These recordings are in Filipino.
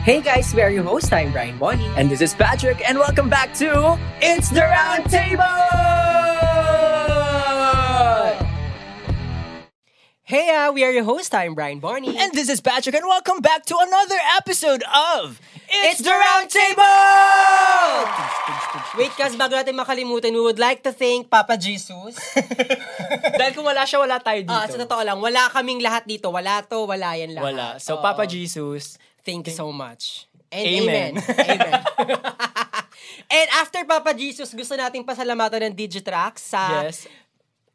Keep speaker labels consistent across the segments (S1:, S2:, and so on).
S1: Hey guys, we're your host. I'm Brian Bonnie. And this is Patrick. And welcome back to It's the Round Table! Hey, uh, we are your host. I'm Brian Barney. And this is Patrick, and welcome back to another episode of It's, the Round Table!
S2: Wait, guys, bago natin makalimutan, we would like to thank Papa Jesus.
S1: Dahil kung wala siya, wala tayo dito.
S2: Ah, sa totoo lang, wala kaming lahat dito. Wala to, wala yan lahat.
S1: Wala. So,
S2: Oo.
S1: Papa Jesus,
S2: Thank you so much. And
S1: Amen.
S2: amen. Amen. And after Papa Jesus, gusto nating pasalamatan ng Digitrax sa
S1: yes,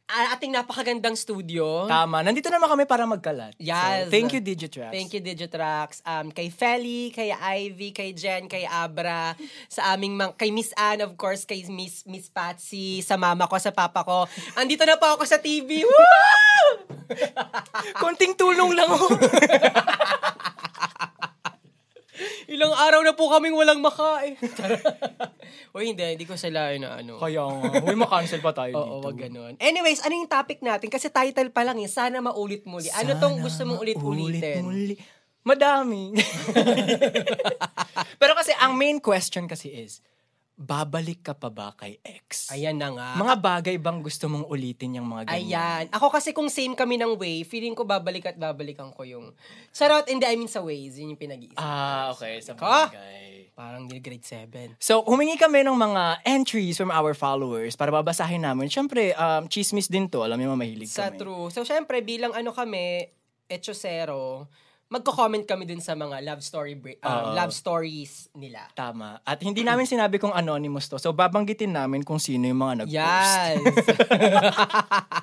S2: a- ating napakagandang studio.
S1: tama. Nandito naman kami para magkalat.
S2: Yes.
S1: So, thank you, Digitrax.
S2: Thank you, Digitrax. Um, kay Feli, kay Ivy, kay Jen, kay Abra, sa aming mang- kay Miss Anne, of course, kay Miss, Miss Patsy, sa mama ko, sa papa ko. Andito na po ako sa TV. Woo!
S1: Konting tulong lang ho.
S2: Ilang araw na po kaming walang makain. Uy, hindi. Hindi ko sila na ano.
S1: Kaya nga. Uy, makancel pa tayo dito.
S2: Oo, wag ganun. Anyways, ano yung topic natin? Kasi title pa lang eh, Sana maulit muli. ano tong gusto mong ulit-ulitin?
S1: Ulit-uli. Madami. Pero kasi, ang main question kasi is, babalik ka pa ba kay ex?
S2: Ayan na nga.
S1: Mga bagay bang gusto mong ulitin yung mga ganyan?
S2: Ayan. Ako kasi kung same kami ng way, feeling ko babalik at babalikan ko yung... Charot, hindi, I mean sa ways. Yun yung pinag-iisip.
S1: Ah, okay. Sa
S2: Ka?
S1: bagay.
S2: Parang yung grade 7.
S1: So, humingi kami ng mga entries from our followers para babasahin namin. Siyempre, um, chismis din to. Alam mo, mahilig
S2: Sa
S1: kami.
S2: true. So, syempre, bilang ano kami, etchosero, magko-comment kami dun sa mga love story break, um,
S1: Oo.
S2: love stories nila.
S1: Tama. At hindi namin sinabi kung anonymous to. So, babanggitin namin kung sino yung mga nag-post.
S2: Yes.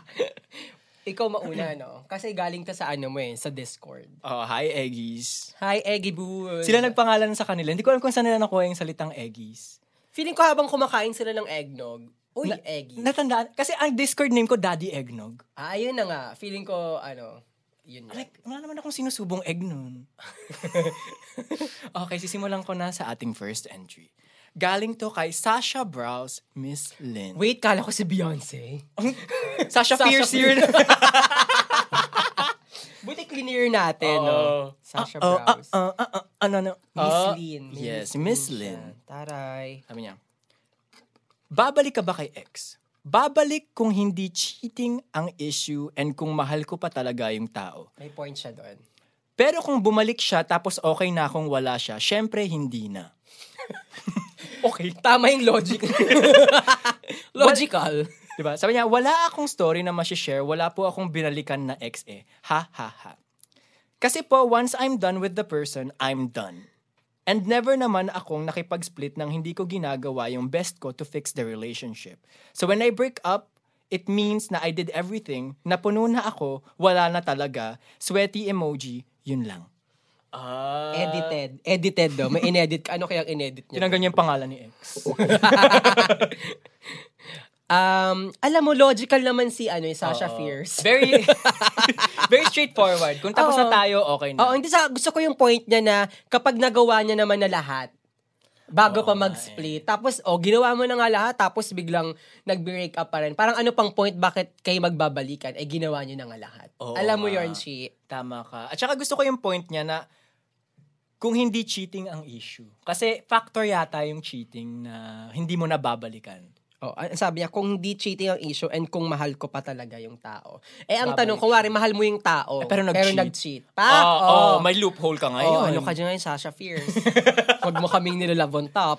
S2: Ikaw mauna, no? Kasi galing to sa ano mo eh, sa Discord.
S1: Oh, hi, Eggies.
S2: Hi, Eggy Boo.
S1: Sila nagpangalan sa kanila. Hindi ko alam kung saan nila nakuha yung salitang eggies.
S2: Feeling ko habang kumakain sila ng eggnog, uy, Eggy.
S1: Natandaan. Kasi ang Discord name ko, Daddy Eggnog.
S2: ah, ayun na nga. Feeling ko, ano, yun nga.
S1: Like, wala naman akong sinusubong egg nun. okay, sisimulan ko na sa ating first entry. Galing to kay Sasha Browse, Miss Lynn.
S2: Wait, kala ko si Beyonce.
S1: Sasha,
S2: Sasha
S1: Fierce yun.
S2: Fierce. Buti clear natin, no? Sasha
S1: Uh, uh,
S2: Browse.
S1: uh, uh, uh, ano, ano?
S2: Miss
S1: Uh,
S2: Lynn. May
S1: Yes, Miss
S2: siya.
S1: Lynn.
S2: Taray.
S1: Sabi niya, babalik ka ba kay ex? Babalik kung hindi cheating ang issue and kung mahal ko pa talaga yung tao.
S2: May point siya doon.
S1: Pero kung bumalik siya tapos okay na kung wala siya, syempre hindi na. okay.
S2: Tama yung logic. Logical.
S1: Diba? Sabi niya, wala akong story na share wala po akong binalikan na ex eh. Ha ha ha. Kasi po, once I'm done with the person, I'm done. And never naman akong nakipag-split ng hindi ko ginagawa yung best ko to fix the relationship. So when I break up, it means na I did everything, napuno na ako, wala na talaga, sweaty emoji, yun lang. Ah.
S2: Edited. Edited daw. May inedit. ka. Ano kaya inedit niya?
S1: Tinanggal niya yung pangalan ni ex.
S2: Um, alam mo, logical naman si ano, yung Sasha Fierce.
S1: Very very straightforward. Kung tapos na
S2: Oo.
S1: tayo, okay na.
S2: Oo, hindi sa gusto ko yung point niya na kapag nagawa niya naman na lahat, bago pa mag-split. Tapos, oh, ginawa mo na nga lahat, tapos biglang nag-break up pa rin. Parang ano pang point, bakit kayo magbabalikan? Eh, ginawa niyo na nga lahat.
S1: Oo
S2: Alam mo
S1: nga.
S2: yun, Chi.
S1: Tama ka. At saka gusto ko yung point niya na kung hindi cheating ang issue. Kasi factor yata yung cheating na hindi mo nababalikan.
S2: Oh, an- sabi niya, kung hindi cheating ang issue and kung mahal ko pa talaga yung tao. Eh, ang
S1: Babalik
S2: tanong, kung wari, mahal mo yung
S1: Eh,
S2: tao.
S1: pero nag-cheat.
S2: nag-cheat. Pa?
S1: Ah,
S2: Oo.
S1: oh, may loophole ka ngayon.
S2: Oh, ano ka dyan ngayon, Sasha Fierce? Huwag mo kaming nilalove on top.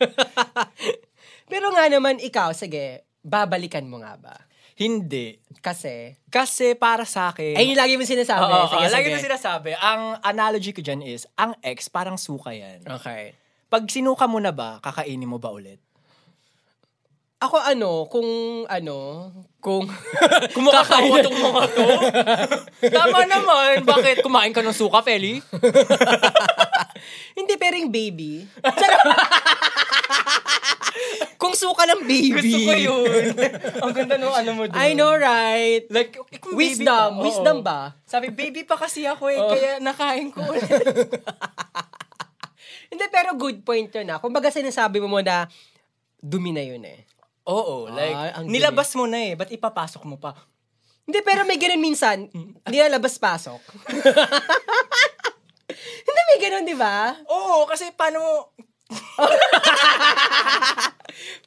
S2: Pero nga naman, ikaw, sige, babalikan mo nga ba?
S1: Hindi.
S2: Kasi,
S1: Kasi para sa akin...
S2: ay yun lagi mo sinasabi.
S1: Oo, oo,
S2: sige,
S1: lagi
S2: sige.
S1: na sinasabi. Ang analogy ko dyan is, ang ex parang suka yan.
S2: Okay.
S1: Pag sinuka mo na ba, kakainin mo ba ulit?
S2: Ako ano, kung ano, kung...
S1: Kumakain itong mga to. Tama naman. Bakit? Kumain ka ng suka, Feli?
S2: Hindi, pero yung baby. kung suka ng baby.
S1: yun. Ang ganda no, ano mo dun.
S2: I know, right?
S1: Like, eh, kung baby
S2: Wisdom.
S1: pa, oo.
S2: Wisdom ba?
S1: Sabi, baby pa kasi ako eh, kaya nakain ko ulit.
S2: Hindi, pero good point yun ah. Kung baga sinasabi mo na, dumi na yun eh.
S1: Oo, like,
S2: Ah, ang
S1: nilabas mo na eh, ba't ipapasok mo pa?
S2: Hindi, ah, pero may ganun minsan, nilalabas-pasok. Hindi, may di ba?
S1: Oo, kasi paano mo...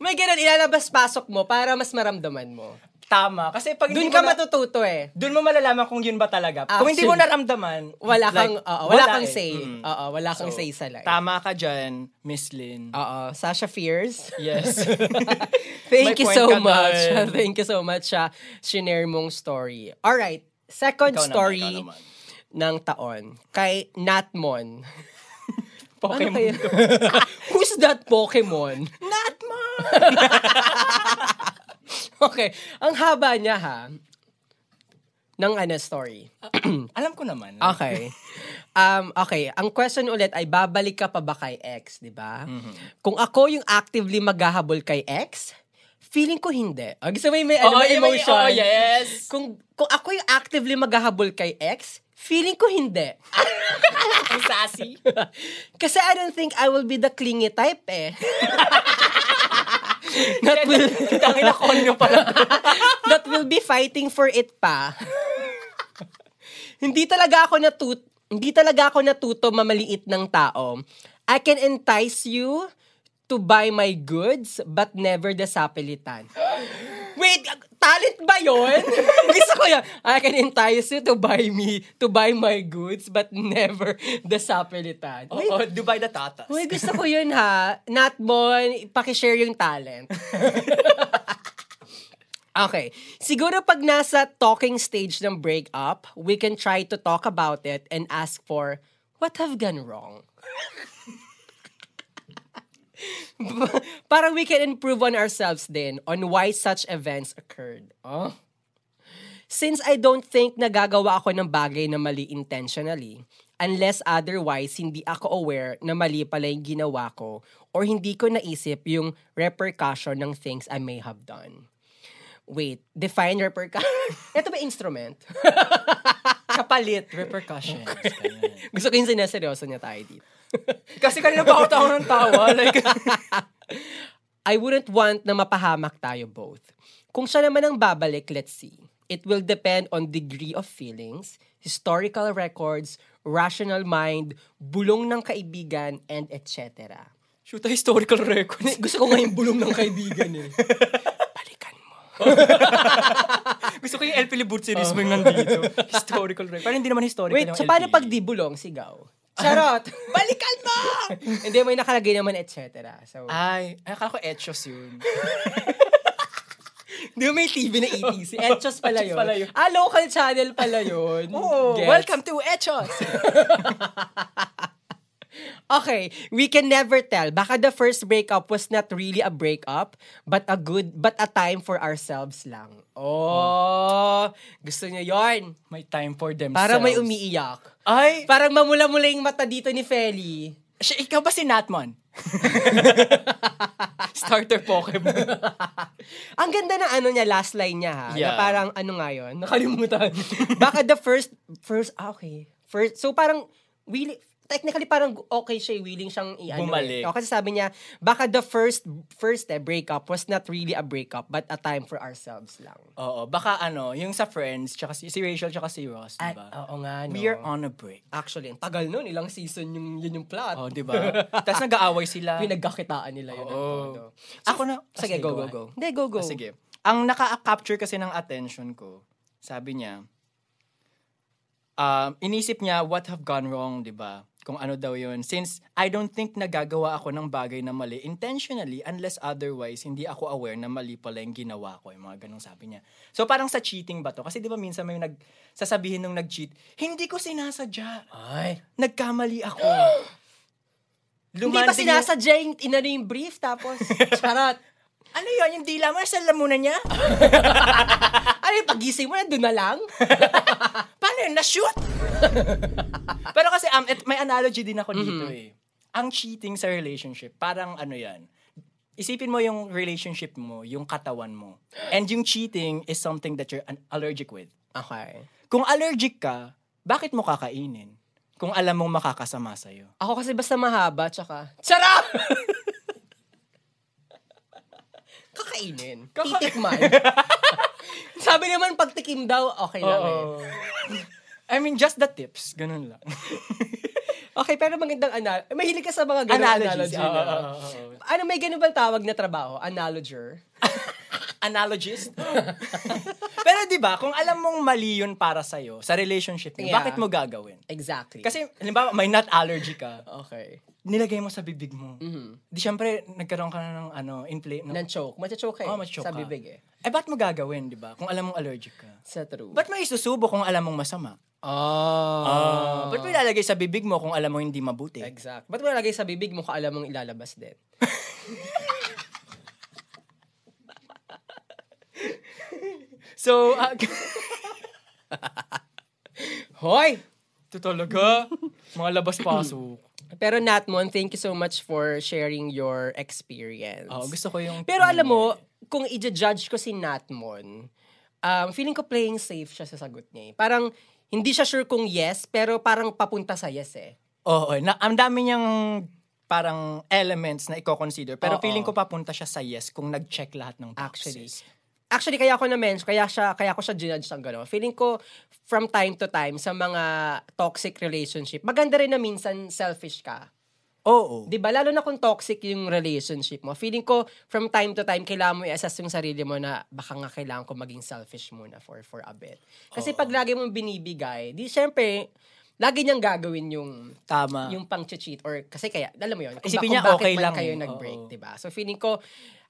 S2: May ganun, ilalabas-pasok mo para mas maramdaman mo.
S1: Tama. Kasi pag
S2: Doon
S1: hindi
S2: ka
S1: mo na-
S2: matututo eh.
S1: Doon mo malalaman kung yun ba talaga. Kung hindi mo
S2: Actually,
S1: naramdaman,
S2: Wala kang,
S1: like,
S2: oo, wala, kang
S1: eh.
S2: say.
S1: Mm.
S2: Oo, wala kang
S1: So,
S2: say sa life.
S1: Tama ka dyan, Miss Lynn.
S2: Oo, Sasha Fierce.
S1: Yes. May
S2: Thank you
S1: point
S2: so
S1: ka
S2: much.
S1: dun.
S2: Thank you so much sa shinare mong story. Alright, second
S1: Ikaw naman,
S2: story
S1: ikaw naman.
S2: ng taon kay Natmon.
S1: Pokemon.
S2: kaya? Who's that Pokemon?
S1: Natmon!
S2: Okay, ang haba niya ha ng ano story.
S1: Alam ko naman.
S2: Okay. Um, okay, ang question ulit ay babalik ka pa ba kay ex, di ba?
S1: Mm-hmm.
S2: Kung ako yung actively maghahabol kay ex, feeling ko hindi. O, gusto mo yung may, ano,
S1: Oo,
S2: may
S1: yung may-
S2: emotion?
S1: oo, yes.
S2: Kung, kung ako yung actively maghahabol kay ex, feeling ko hindi.
S1: Ang sassy.
S2: Kasi I don't think I will be the clingy type eh. that will,
S1: Tangin na konyo pala.
S2: that will be fighting for it pa. hindi talaga ako natut hindi talaga ako natuto mamaliit ng tao. I can entice you to buy my goods but never the sapilitan. Wait, talent ba yon? Gusto ko yan. I can entice you to buy me, to buy my goods but never the sapilitan. Wait,
S1: Oo, Dubai the tatas.
S2: Uy, gusto ko yun ha. Natmon, pakishare yung talent. okay. Siguro pag nasa talking stage ng breakup, we can try to talk about it and ask for, what have gone wrong? Parang we can improve on ourselves din on why such events occurred. Oh. Since I don't think nagagawa ako ng bagay na mali intentionally, unless otherwise hindi ako aware na mali pala yung ginawa ko or hindi ko naisip yung repercussion ng things I may have done. Wait, define repercussion. Ito ba instrument? Kapalit.
S1: Repercussions.
S2: Gusto ko yung sineseryoso niya tayo dito.
S1: Kasi kanina pa ako tawa ng tawa. Like,
S2: I wouldn't want na mapahamak tayo both. Kung siya naman ang babalik, let's see. It will depend on degree of feelings, historical records, rational mind, bulong ng kaibigan, and etc.
S1: shoot a historical record.
S2: Gusto ko nga yung bulong ng kaibigan eh. Balikan mo.
S1: Gusto ko yung El Pilibut series mo yung nandito. historical record. Parang hindi naman historical
S2: Wait,
S1: yung
S2: so paano
S1: LPE?
S2: pag di bulong, sigaw? Charot! Balikan mo! Hindi, may nakalagay naman, etc. So,
S1: Ay, ay, akala ko Etchos yun.
S2: Di ba may TV na E ETC? Etchos pala
S1: Etchos
S2: yun.
S1: Oh, pala yun. Oh.
S2: Ah, local channel pala yun. Gets.
S1: welcome to Etchos!
S2: Okay, we can never tell. Baka the first breakup was not really a breakup, but a good, but a time for ourselves lang. Oh, gusto niya yon
S1: may time for themselves.
S2: Para may umiiyak.
S1: Ay,
S2: Parang mamula-mula yung mata dito ni Feli.
S1: siya, ikaw ba si Natmon? Starter Pokemon.
S2: Ang ganda ng ano niya, last line niya ha. Na
S1: Yeah.
S2: parang ano nga yun? Nakalimutan. Baka the first, first, ah, okay. First, so parang, willing, technically parang okay siya, eh, willing siyang i-ano. eh.
S1: Bumalik.
S2: O, kasi sabi niya, baka the first, first eh, breakup was not really a breakup, but a time for ourselves lang.
S1: Oo, baka ano, yung sa Friends, tsaka si, si Rachel, tsaka si Ross,
S2: At,
S1: diba?
S2: oo nga, no.
S1: We are on a break.
S2: Actually, ang tagal nun, ilang season yung, yun yung plot.
S1: Oh, diba? Tapos nag-aaway sila.
S2: Pinagkakitaan nila yun. ang
S1: Oo.
S2: todo.
S1: Ako na.
S2: Sige, go, go,
S1: ah.
S2: go. Hindi, go,
S1: Ah,
S2: go.
S1: sige. Ang naka-capture kasi ng attention ko, sabi niya, um, inisip niya what have gone wrong, di ba? Kung ano daw yun. Since I don't think nagagawa ako ng bagay na mali intentionally unless otherwise hindi ako aware na mali pala yung ginawa ko. Yung mga ganong sabi niya. So parang sa cheating ba to? Kasi di ba minsan may nag, sasabihin nung nag-cheat, hindi ko sinasadya.
S2: Ay.
S1: Nagkamali ako.
S2: Hindi pa
S1: Lumanding yung-
S2: sinasadya yung, inano yung brief, tapos, charot.
S1: Ano yun? Yung dila mo, nasa lamunan niya?
S2: Ano yung pagising mo, nandun na lang?
S1: Paano yun? Na-shoot! Pero kasi um, et- may analogy din ako dito eh. Ang cheating sa relationship, parang ano yan, isipin mo yung relationship mo, yung katawan mo. And yung cheating is something that you're an- allergic with.
S2: Okay.
S1: Kung allergic ka, bakit mo kakainin? Kung alam mong makakasama sa'yo.
S2: Ako kasi basta mahaba, tsaka... Charot! Kakainin.
S1: Kaka-
S2: Titikman. Sabi naman, pag tikim daw, okay lang eh.
S1: I mean, just the tips. Ganun lang.
S2: Okay, pero magandang anal... Mahilig ka sa mga ganun
S1: Analogies.
S2: analogy,
S1: Oo,
S2: no?
S1: oo, oo, oo.
S2: Ano, may ganun bang tawag na trabaho? Analoger?
S1: Analogist? Pero di ba, kung alam mong mali yun para sa'yo, sa relationship mo,
S2: Yeah.
S1: bakit mo gagawin?
S2: Exactly.
S1: Kasi, halimbawa, may nut allergy ka,
S2: okay.
S1: nilagay mo sa bibig mo.
S2: Mm-hmm.
S1: Di syempre, nagkaroon ka na ng ano, inflate. No?
S2: Nang choke. Machachoke eh.
S1: Oh, machoke
S2: Sa
S1: ka.
S2: bibig eh.
S1: Eh, ba't mo gagawin, di ba? Kung alam mong allergic ka.
S2: Sa true.
S1: Ba't mo isusubo kung alam mong masama?
S2: oh.
S1: Ah, ba't mo ilalagay sa bibig mo kung alam mo hindi mabuti?
S2: Exact. Ba't mo nalagay sa bibig mo kaalam mong ilalabas din?
S1: So, ah,
S2: Hoy!
S1: ito talaga, mga labas-pasok.
S2: Pero Natmon, thank you so much for sharing your experience.
S1: Oo, Oh, gusto ko yung...
S2: Pero alam mo, kung i-judge ko si Natmon, um, feeling ko playing safe siya sa sagot niya. eh. Parang hindi siya sure kung yes, pero parang papunta sa yes eh.
S1: Oo, na, ang dami niyang parang elements na i-consider. Pero
S2: Oo.
S1: feeling ko papunta siya sa yes kung nag-check lahat ng
S2: Actually.
S1: boxes.
S2: Actually, kaya ako na-mention, kaya, siya, kaya ko siya ginudge ng gano'n. Feeling ko, from time to time, sa mga toxic relationship, maganda rin na minsan selfish ka.
S1: Oo.
S2: 'Di ba? Lalo na kung toxic yung relationship mo. Feeling ko from time to time kailangan mo i-assess yung sarili mo na baka nga kailangan ko maging selfish muna for for a bit. Kasi pag lagi mong binibigay, di syempre lagi niyang gagawin yung
S1: Tama.
S2: yung pang-cheat or kasi kaya alam mo yun kung,
S1: Isipin
S2: ba-
S1: niya,
S2: kung bakit
S1: okay
S2: man
S1: lang
S2: kayo
S1: eh.
S2: nag-break,
S1: Oo.
S2: 'di ba? So feeling ko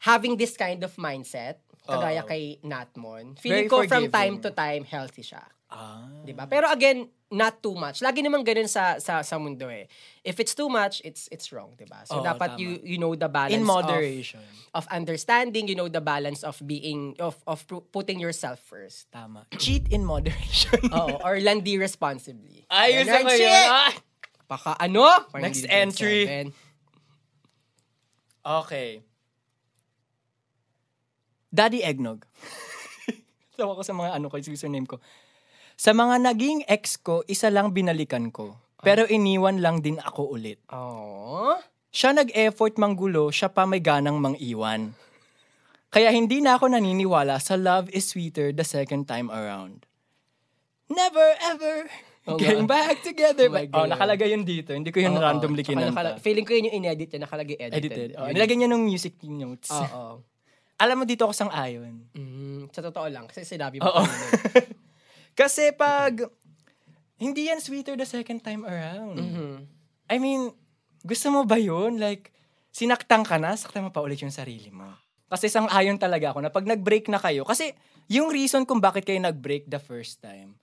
S2: having this kind of mindset kagaya
S1: Oo.
S2: kay Natmon,
S1: Very
S2: feeling ko from
S1: forgiving.
S2: time to time healthy siya.
S1: ah.
S2: 'di ba? Pero again, not too much. Lagi naman ganun sa sa sa mundo eh. If it's too much, it's it's wrong, 'di ba? So
S1: Oo,
S2: dapat
S1: tama.
S2: you you know the balance
S1: In moderation.
S2: of of understanding, you know the balance of being of of pu- putting yourself first.
S1: Tama. Cheat in moderation.
S2: Oo, or landi responsibly.
S1: Ayos
S2: Ganun,
S1: naman
S2: shit!
S1: yun. Ah!
S2: Baka ano?
S1: Next
S2: 19.7.
S1: entry. Okay. Daddy Eggnog. Tawa ko sa mga ano ko, yung username ko. Sa mga naging ex ko, isa lang binalikan ko. Pero iniwan lang din ako ulit.
S2: Oh.
S1: Siya nag-effort manggulo, siya pa may ganang mangiwan. Kaya hindi na ako naniniwala sa love is sweeter the second time around. Never ever getting back together.
S2: Oh my
S1: Oh,
S2: God.
S1: nakalagay yun dito. Hindi ko yun randomly kinanta.
S2: feeling ko yun yung inedit niya, nakalagay edited. Oh.
S1: Edited.
S2: Oo,
S1: Oh, nilagyan niya ng music notes.
S2: Oo.
S1: Alam mo dito ako sang ayon.
S2: Mm, sa totoo lang, kasi sinabi mo.
S1: Oo.
S2: kanina.
S1: Kasi pag hindi yan sweeter the second time around.
S2: Mm-hmm.
S1: I mean, gusto mo ba yun? Like, sinaktan ka na, saktan mo pa ulit yung sarili mo. Kasi sang ayon talaga ako na pag nag-break na kayo, kasi yung reason kung bakit kayo nag-break the first time,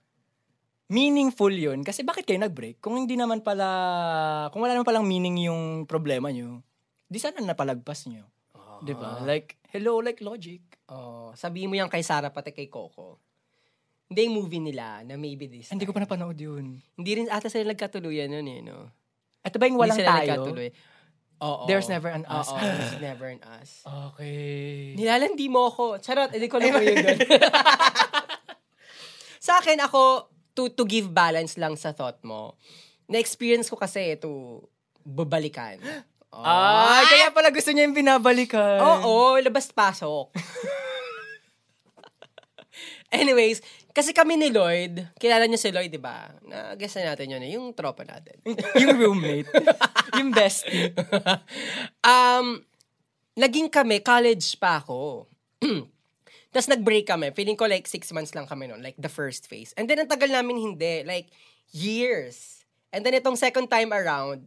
S1: meaningful yun. Kasi bakit kayo nag-break? Kung hindi naman pala, kung wala naman palang meaning yung problema nyo, di sana napalagpas nyo.
S2: Ah.
S1: Di ba? Like, hello, like logic.
S2: Oh, sabihin mo yan kay Sarah pati kay Coco. Hindi yung movie nila na maybe this.
S1: Hindi ko
S2: time.
S1: pa napanood yun.
S2: Hindi rin ata sila nagkatuluyan nun eh, no?
S1: Ito ba yung walang
S2: Hindi sila
S1: tayo?
S2: nagkatuloy. Oo.
S1: There's never an us.
S2: Oo, there's never an us.
S1: Okay.
S2: Nilalandi mo ako. Charot, hindi ko alam kung yun doon. sa akin, ako, to, to give balance lang sa thought mo, na-experience ko kasi to babalikan. Oo.
S1: Ah, kaya pala gusto niya yung binabalikan.
S2: Oo, labas-pasok. Anyways, kasi kami ni Lloyd, kilala niyo si Lloyd, di ba? Na-guess na natin yun, eh, yung tropa natin.
S1: yung roommate. yung bestie.
S2: um, naging kami, college pa ako. Tapos nag-break kami. Feeling ko like six months lang kami noon, like the first phase. And then ang tagal namin hindi, like years. And then itong second time around,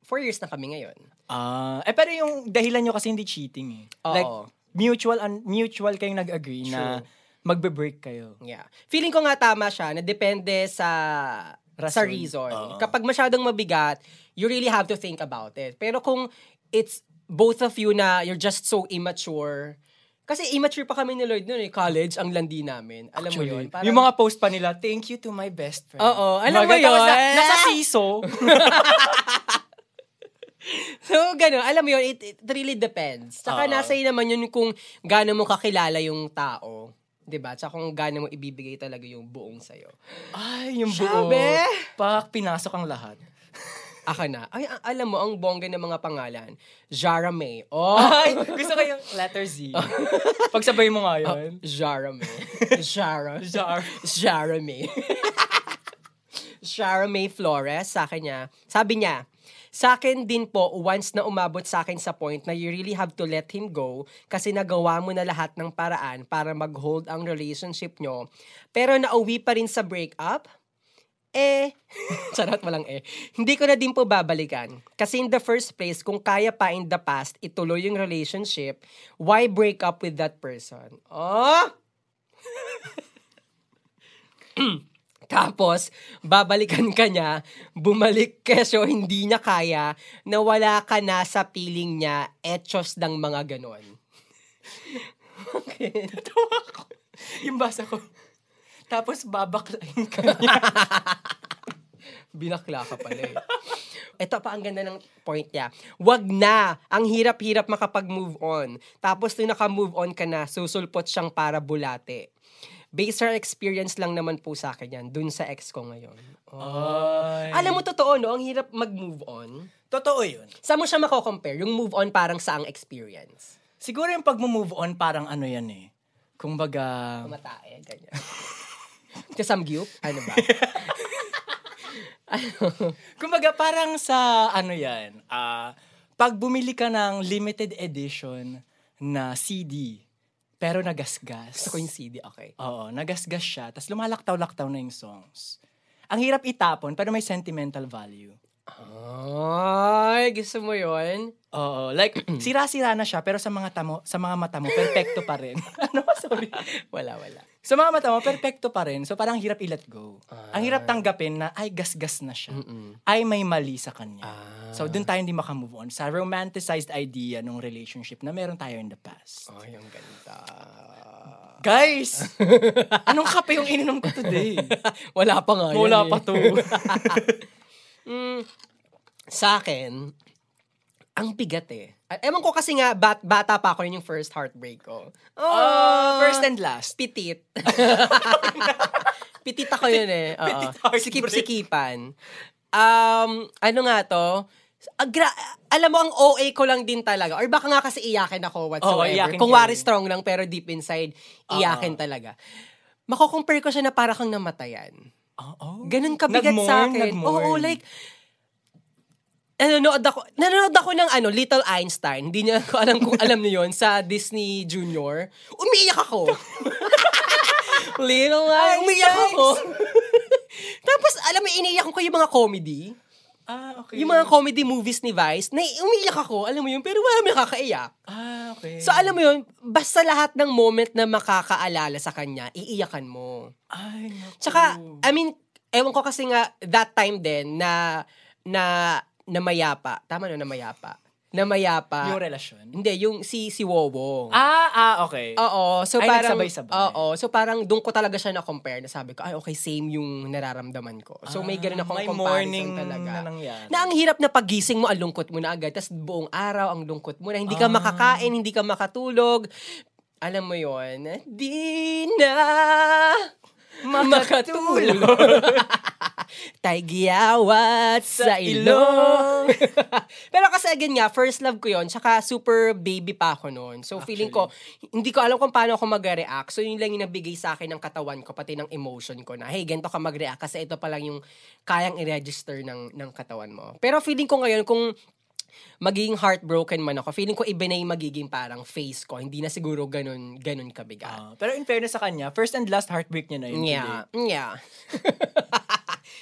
S2: four years na kami ngayon.
S1: Ah, eh pero yung dahilan nyo kasi hindi cheating eh.
S2: Oo.
S1: Like, mutual, un- mutual kayong nag-agree na magbe-break kayo.
S2: Yeah. Feeling ko nga tama siya na depende sa sa
S1: Rason.
S2: reason.
S1: Oo.
S2: Kapag masyadong mabigat, you really have to think about it. Pero kung it's both of you na you're just so immature, kasi immature pa kami ni Lloyd noon eh, college, ang landi namin. Alam mo yun?
S1: Actually,
S2: Parang-
S1: yung mga post pa nila, thank you to my best friend.
S2: Oo, alam mo
S1: Mga ganun, tapos
S2: yun?
S1: Na, nasa piso.
S2: So, gano'n. Alam mo yun, it, it really depends.
S1: Oo.
S2: Tsaka nasa iyo naman yun kung gaano mo kakilala yung tao. 'Di ba? Tsaka kung gaano mo ibibigay talaga yung buong sa'yo.
S1: Ay, yung buo.
S2: Sabi.
S1: Pak, pinasok ang lahat.
S2: Aka na. Ay, a- alam mo, ang bongga ng mga pangalan. Jara May. Oh!
S1: Ay, gusto ko yung letter Z. Ah, Pagsabay mo nga yun.
S2: Jara May. Jara.
S1: Jar.
S2: Jara May. Shara May Flores sa akin niya. Sabi niya, sa akin din po, once na umabot sa akin sa point na you really have to let him go kasi nagawa mo na lahat ng paraan para mag-hold ang relationship nyo. Pero nauwi pa rin sa breakup, eh, charot walang eh. Hindi ko na din po babalikan. Kasi in the first place, kung kaya pa in the past, ituloy yung relationship, why break up with that person? Oh! Tapos, babalikan ka niya, bumalik keso hindi niya kaya, nawala ka na sa piling niya, etos ng mga ganon. okay.
S1: Tawa ko. Yung basa ko. Tapos babaklain ka niya.
S2: Binakla ka pala eh. Ito pa ang ganda ng point niya. Wag na! Ang hirap-hirap makapag-move on. Tapos nung naka-move on ka na, susulpot siyang para bulate. Based sa experience lang naman po sa akin yan, dun sa ex ko ngayon. Oh.
S1: Alam,
S2: Alam mo, totoo no? Ang hirap mag-move on.
S1: totoo yun.
S2: Saan mo siya mako-compare? Yung move on parang sa ang experience.
S1: Siguro yung pag-move on, parang ano yan eh. Kumbaga,
S2: Matae, ganyan. Kasamgyup? Ano ba?
S1: kumbaga parang sa ano yan, ah, pag bumili ka ng limited edition na CD, pero nagasgas.
S2: Gusto ko yung CD, okay.
S1: Oo, nagasgas siya. Tapos lumalaktaw-laktaw na yung songs. Ang hirap itapon, pero may sentimental value.
S2: Ay, gusto mo yon?
S1: Oo, like, sira-sira na siya, pero sa mga, tamo, sa mga mata mo, perfecto pa rin. ano ba, sorry?
S2: Wala, wala.
S1: Sa mga mata mo, perfecto pa rin. So, parang hirap i-let go. Ang hirap tanggapin na, ay, gasgas na siya. Ay, may mali sa kanya. So, dun tayo hindi makamove on. Sa romanticized idea ng relationship na meron tayo in the past.
S2: Ay, ang ganda.
S1: Ah. Guys! anong kape yung ininom ko today?
S2: wala pa nga yan
S1: Wala
S2: eh.
S1: pa to.
S2: Sa akin, ang bigat eh. Ay, Ewan ko kasi nga, bat- bata pa ako yun yung first heartbreak ko.
S1: Ah, first and last.
S2: pitit. pitit ako yun eh. Oo.
S1: heartbreak.
S2: Sikip-sikipan. Um, ano nga to? Agra- alam mo, ang OA ko lang din talaga. Or baka nga kasi iyakin ako whatsoever.
S1: Oo, iyakin
S2: Kung
S1: ka
S2: wari
S1: rin.
S2: strong lang, pero deep inside, iyakin talaga. Makukumpare ko siya na para kang namatayan.
S1: Oo.
S2: Ganun kabigat
S1: Ah, oh. Nag-mourn,
S2: sa akin.
S1: nag-mourn.
S2: Oo, like, nanonood ako, nanonood ako ng ano, Little Einstein. Hindi niya ako alam kung alam niyo yon sa Disney Junior. Umiiyak ako. Little Einstein. Umiiyak ako. Tapos, alam mo, iniiyak ko yung mga comedy.
S1: Ah, okay.
S2: Yung mga comedy movies ni Vice, na umiiyak ako, alam mo yun, pero wala may kakaiyak.
S1: Ah, okay.
S2: So, alam mo yun, basta lahat ng moment na makakaalala sa kanya, iiyakan mo.
S1: Ay, naku.
S2: Tsaka,
S1: Oh.
S2: I mean, ewan ko kasi nga, that time din, na, na, namayapa. Tama no, namayapa. Namayapa.
S1: yung relasyon.
S2: Hindi, yung si, si Wowo.
S1: Ah, ah, okay.
S2: Oo, so
S1: Ay,
S2: parang
S1: nagsabay-sabay.
S2: Oo, so parang doon ko talaga siya na-compare na sabi ko, ay okay, same yung nararamdaman ko. So may ganun akong
S1: Ah, may
S2: comparison
S1: morning
S2: talaga.
S1: na nangyari.
S2: Na ang hirap na pagising mo, ang lungkot mo na agad. Tapos buong araw, ang lungkot mo na. Hindi
S1: Ah.
S2: ka makakain, hindi ka makatulog. Alam mo yon di na makatulog. Taigiyawat sa
S1: Sa
S2: ilong. Pero kasi again nga, first love ko yon Tsaka super baby pa ako noon. So feeling ko, hindi ko alam kung paano ako mag-react. So yun lang yung nabigay sa akin ng katawan ko, pati ng emotion ko na, hey, ganito ka mag-react kasi ito pa lang yung kayang i-register ng, ng katawan mo. Pero feeling ko ngayon, kung magiging heartbroken man ako, feeling ko iba na yung magiging parang face ko. Hindi na siguro ganun, ganun kabigat.
S1: Ah, pero in fairness sa kanya, first and last heartbreak niya na yun.
S2: Yeah, yeah.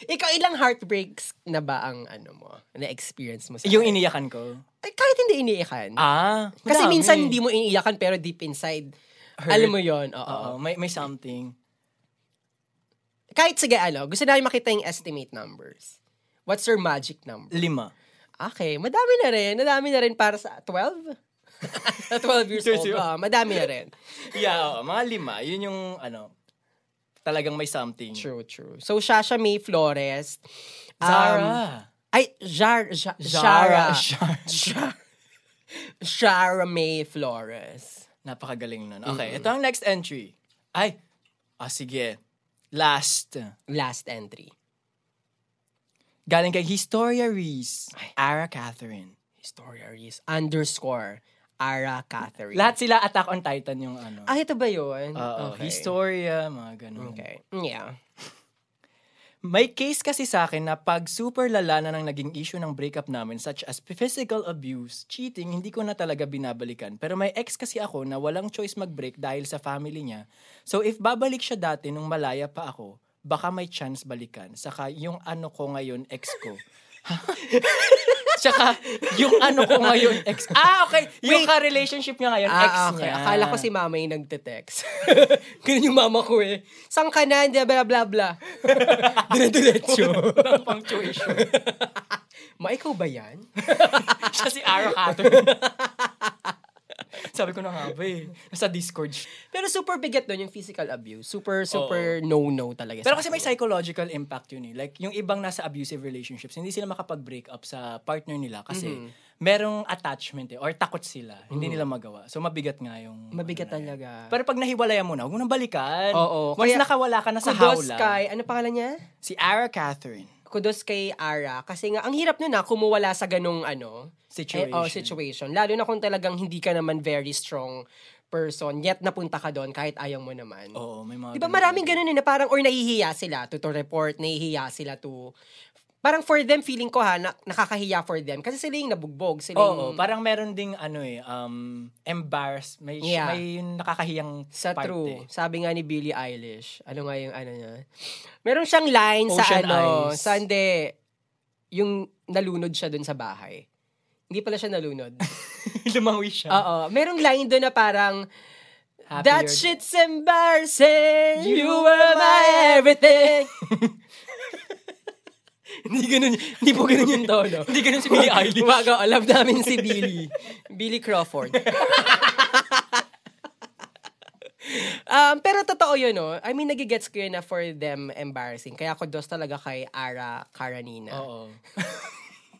S2: Ikaw, ilang heartbreaks na ba ang ano mo, na-experience mo sa
S1: today. Yung iniyakan ko.
S2: Ay, kahit hindi iniiyakan.
S1: Ah,
S2: Kasi
S1: dami.
S2: minsan hindi mo iniiyakan pero deep inside, alam mo yon oo.
S1: Oo, may, may something.
S2: Kahit sige ano, gusto namin makita yung estimate numbers. What's your magic number?
S1: Lima.
S2: Okay, madami na rin. Madami na rin para sa 12? 12 years old.
S1: Yes, yun.
S2: ah, madami na rin.
S1: Yeah, oo, mga lima. Yun yung, ano, talagang may something.
S2: True, true. So, Shasha May Flores. um,
S1: Zara.
S2: Ay, Jar, Jar,
S1: Zara.
S2: Shara.
S1: Shara.
S2: Jar- Shara May Flores.
S1: Napakagaling nun. Okay, ito ang next entry. Ay, ah sige. Last.
S2: Last entry.
S1: Galing kay Historia Reese. Ara Catherine.
S2: Historia is underscore Ara Catherine.
S1: Lahat sila Attack on Titan yung ano.
S2: Ah, ito ba yun?
S1: Oo,
S2: okay. Mm.
S1: Historia, mga ganun.
S2: Okay. Yeah.
S1: May case kasi sa akin na pag super lala na ng naging issue ng breakup namin such as physical abuse, cheating, hindi ko na talaga binabalikan. Pero may ex kasi ako na walang choice mag-break dahil sa family niya. So if babalik siya dati nung malaya pa ako, baka may chance balikan. Saka yung ano ko ngayon, ex ko. Tsaka yung ano ko ngayon, ex. Ah, okay. Yung
S2: Wait.
S1: ka-relationship niya ngayon, ex
S2: Ah, okay.
S1: niya.
S2: Akala ko si mama yung nagte-text. Ganun yung mama ko eh. Saan ka na? Hindi, bla bla bla. Dire-diretso.
S1: ng punctuation.
S2: Ma, ikaw ba yan?
S1: Siya si Aro Kato. Sabi ko na nga ba eh. Nasa Discord siya.
S2: Pero super bigat doon yung physical abuse. Super, super no-no talaga.
S1: Pero
S2: sa
S1: kasi may psychological impact yun eh. Like, yung ibang nasa abusive relationships, hindi sila makapag-break up sa partner nila kasi
S2: Mm-hmm.
S1: merong attachment eh, or takot sila. Hindi nila magawa. So, mabigat nga yung...
S2: Mabigat
S1: ano na yun.
S2: talaga.
S1: Pero pag nahiwalayan mo na, huwag mo nang balikan.
S2: Oo,
S1: Once
S2: kaya-
S1: nakawala ka na sa
S2: Kudos
S1: hawla.
S2: kay, ano pangalan niya?
S1: Si Ara Catherine.
S2: Kudos kay Ara. Kasi nga, ang hirap nun na kumuwala sa ganung ano,
S1: Situation.
S2: Eh, oh, situation. Lalo na kung talagang hindi ka naman very strong person, yet napunta ka doon kahit ayaw mo naman.
S1: Oo, may mga...
S2: Di
S1: Oh,
S2: ba
S1: ganun.
S2: maraming ganun eh, na parang or nahihiya sila to, to report, nahihiya sila to... Parang for them, feeling ko ha, na- nakakahiya for them. Kasi sila yung nabugbog. Sila
S1: Oo,
S2: yung,
S1: parang meron ding ano eh, um, embarrassed. May,
S2: Yeah.
S1: may nakakahiyang
S2: Sa
S1: part
S2: true.
S1: eh.
S2: Sabi nga ni Billie Eilish, ano nga yung ano niya? Meron siyang line sa
S1: Ocean
S2: ano,
S1: Eyes.
S2: sa hindi, yung nalunod siya dun sa bahay. Hindi pala siya nalunod.
S1: Lumawi siya.
S2: Oo. Merong line dun na parang,
S1: Happier
S2: That
S1: days.
S2: shit's embarrassing. You,
S1: You
S2: were
S1: were
S2: my
S1: my
S2: everything.
S1: Hindi ganun, hindi po ganun yung tono. hindi ganun si Billie Eilish.
S2: Wago, love namin si Billie. Billie Crawford. um, pero totoo yun, no? I mean, nagigets ko yun na for them embarrassing. Kaya kudos talaga kay Ara Karanina.
S1: Oo.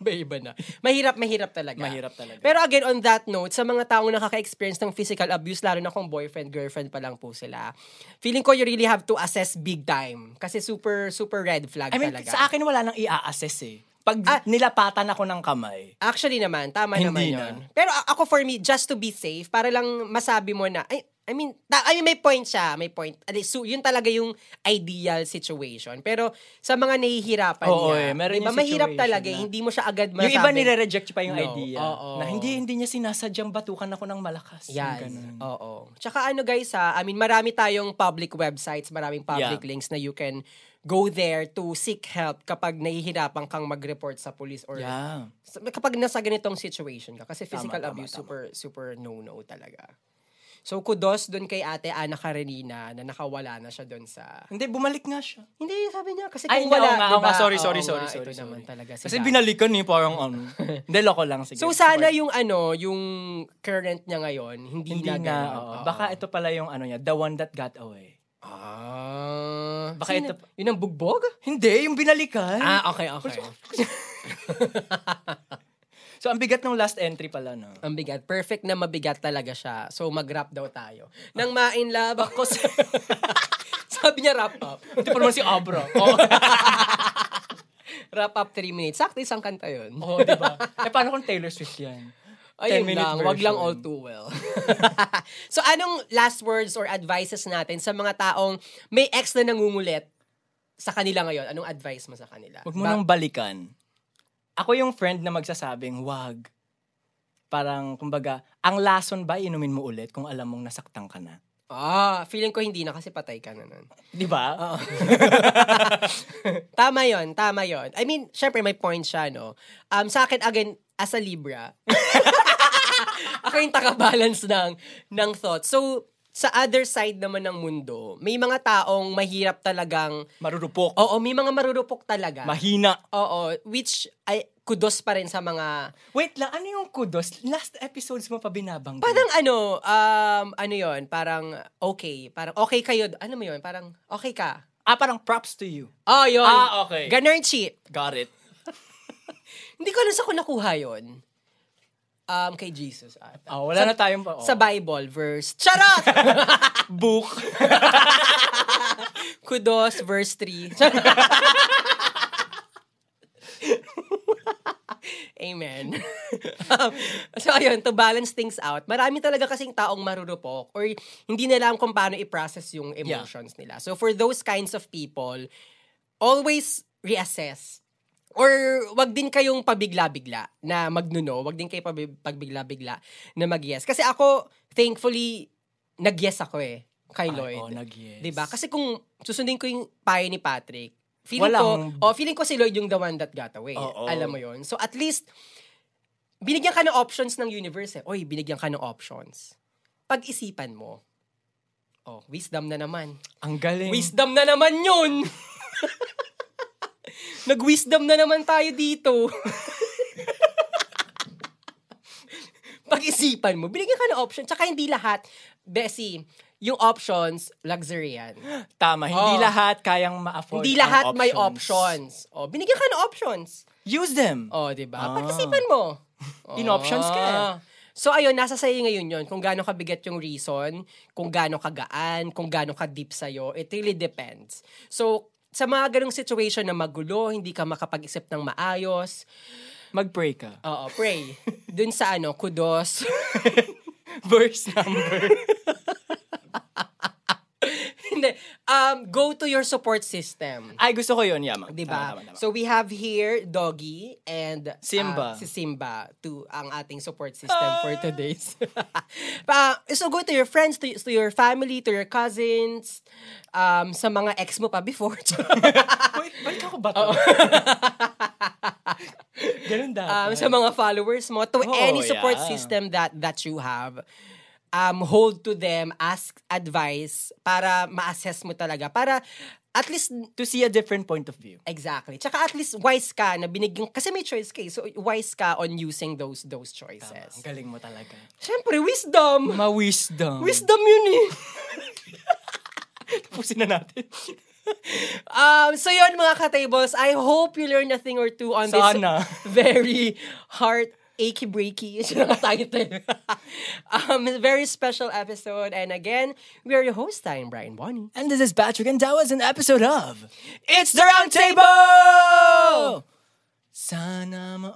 S2: May iba na. Mahirap, mahirap talaga.
S1: Mahirap talaga.
S2: Pero again, on that note, sa mga taong nakaka-experience ng physical abuse, lalo na kung boyfriend, girlfriend pa lang po sila, feeling ko you really have to assess big time. Kasi super, super red flag
S1: I mean,
S2: talaga.
S1: sa akin wala nang i-assess eh. Pag
S2: Ah.
S1: nilapatan ako ng kamay,
S2: Actually naman, tama
S1: Hindi
S2: naman
S1: na.
S2: yun. Pero a- ako for me, just to be safe, para lang masabi mo na, ay, I mean, ta- I mean, may point siya, may point. Ali, So, yun talaga yung ideal situation. Pero sa mga nahihirapan
S1: Oo, eh,
S2: niya,
S1: meron
S2: diba,
S1: yung
S2: mahirap
S1: situation
S2: talaga,
S1: na-
S2: hindi mo siya agad
S1: yung
S2: masabi.
S1: iba nire-reject pa yung
S2: No.
S1: idea.
S2: Oo.
S1: Na hindi, hindi niya sinasadyang batukan ako ng malakas. Yung
S2: Yes.
S1: ganun.
S2: Oo. Tsaka ano guys ha, I mean marami tayong public websites, maraming public
S1: Yeah.
S2: links na you can go there to seek help kapag nahihirapan kang mag-report sa police or
S1: Yeah.
S2: sa- kapag nasa ganitong situation ka kasi physical
S1: tama,
S2: abuse
S1: tama.
S2: super super no-no talaga. So kudos doon kay Ate Ana Karenina na nakawala na siya doon sa
S1: Hindi, bumalik nga siya.
S2: Hindi sabi niya kasi
S1: Ay,
S2: kung
S1: hindi,
S2: wala,
S1: oo nga,
S2: diba?
S1: oo nga, sorry,
S2: Oo
S1: sorry,
S2: nga,
S1: sorry,
S2: ito
S1: sorry.
S2: naman
S1: sorry.
S2: talaga
S1: Kasi
S2: sila.
S1: binalikan eh, parang ano. Hindi, loko lang. Sige.
S2: So sana yung ano, yung current niya ngayon, hindi,
S1: Hindi na,
S2: ganun.
S1: oo.
S2: Oo.
S1: Baka ito pala yung ano niya, the one that got away.
S2: Ah.
S1: Baka
S2: Sino-
S1: ito pa-
S2: Yun ang bugbog?
S1: Hindi, yung binalikan.
S2: Ah, okay, okay.
S1: So, ang bigat ng last entry pala, no?
S2: Ang bigat. Perfect na mabigat talaga siya. So, mag-wrap daw tayo.
S1: Ah.
S2: Nang ma-in love ako sa... Sabi niya, wrap up.
S1: Hindi pa naman si Abra.
S2: Wrap up 3 minutes. Sakto isang kanta yun.
S1: Oo, di ba? Eh, paano kung Taylor Swift yan?
S2: Ayun
S1: 10-minute
S2: lang, wag lang
S1: version.
S2: all too well. so, anong last words or advices natin sa mga taong may ex na nangungulit sa kanila ngayon? Anong advice mo sa kanila?
S1: Huwag mo
S2: Ba-
S1: nang balikan. Ako yung friend na magsasabing, wag. Parang, kumbaga, ang lason ba, inumin mo ulit kung alam mong nasaktan ka na.
S2: Ah, feeling ko hindi na kasi patay ka na nun.
S1: Di ba?
S2: Tama yon, tama yon. I mean, syempre may point siya, no? Um, sa akin, again, as a Libra, ako yung taka-balance ng, ng thought. So, sa other side naman ng mundo, may mga taong mahirap talagang,
S1: Marurupok.
S2: oo, may mga marurupok talaga.
S1: Mahina.
S2: oo, which, ay, kudos pa rin sa mga,
S1: Wait lang, ano yung kudos? Last episodes mo pa binabanggit.
S2: parang ano, um, ano yon parang okay, parang okay kayo, ano mo yon parang okay ka.
S1: ah, parang props to you.
S2: Oh, yun.
S1: Ah, okay.
S2: Ganernchi.
S1: Got it.
S2: Hindi ko alam sa kung nakuha yun. Um, kay Jesus ata.
S1: Ah, wala
S2: Sa-
S1: na tayong pa. oh.
S2: Sa Bible verse. Charot!
S1: book.
S2: Kudos, verse 3. Amen. Um, so, ayun, to balance things out, marami talaga kasing taong marurupok or hindi nila alam kung paano i-process yung emotions nila. So, for those kinds of people, always reassess. Or wag din kayong pabigla-bigla na magnuno. Wag din kayo pabi- pagbigla-bigla na mag-yes. Kasi ako, thankfully, nag-yes ako eh kay
S1: Ay,
S2: Lloyd.
S1: oh, nag-yes.
S2: 'Di ba? Diba? Kasi kung susundin ko yung payo ni Patrick, feeling
S1: Walang-
S2: ko, oh, feeling ko si Lloyd yung the one that got away.
S1: Oo.
S2: Alam mo 'yon. So at least binigyan ka ng options ng universe eh. Oy, binigyan ka ng options. Pag-isipan mo. Oh, wisdom na naman.
S1: Ang galing.
S2: Wisdom na naman yun! Nag-wisdom na naman tayo dito. Pag-isipan mo, binigyan ka ng option. Tsaka hindi lahat, Bessie, yung options, luxury yan.
S1: Tama. Hindi
S2: Oh.
S1: lahat kayang ma-afford
S2: Hindi
S1: ang
S2: lahat may options. Oh. O, binigyan ka ng options.
S1: Use them.
S2: O, di ba?
S1: Ah.
S2: Pag-isipan mo.
S1: In options ka eh.
S2: Ah. So, ayun, nasa sa'yo ngayon yun. Kung gaano kabigat yung reason, kung gaano kagaan, kung gaano ka-deep sa'yo, it really depends. So, sa mga ganong situation na magulo, hindi ka makapag-isip ng maayos,
S1: Mag-pray ka.
S2: oo, pray. Dun sa ano, kudos.
S1: Verse number.
S2: hindi. Um, go to your support system.
S1: Ay, gusto ko yun, Yama.
S2: Diba?
S1: Tama, tama, tama.
S2: So, we have here Doggy and uh,
S1: Simba. Ah.
S2: si Simba to ang ating support system for today's. pa so, go to your friends, to, to your family, to your cousins, um, sa mga ex mo pa before.
S1: Wait, balik ako ba to? Ganun
S2: um,
S1: dapat.
S2: sa mga followers mo, to
S1: Oh,
S2: any support
S1: yeah.
S2: system that that you have. Um, hold to them, ask advice para ma-assess mo talaga. Para at least
S1: to see a different point of view.
S2: Exactly. Tsaka at least wise ka na binigyan, kasi may choice ka eh. So wise ka on using those those choices.
S1: Ang galing mo talaga.
S2: Siyempre, wisdom.
S1: Ma-wisdom.
S2: Wisdom yun eh.
S1: Tapusin na natin.
S2: Um, so yun mga ka-tables, I hope you learned a thing or two on
S1: Sana.
S2: this very heart achy breaky title. um, very special episode. And again, we are your host, I am Brian Bonnie.
S1: And this is Patrick, and that was an episode of It's the Round Table! Sana ma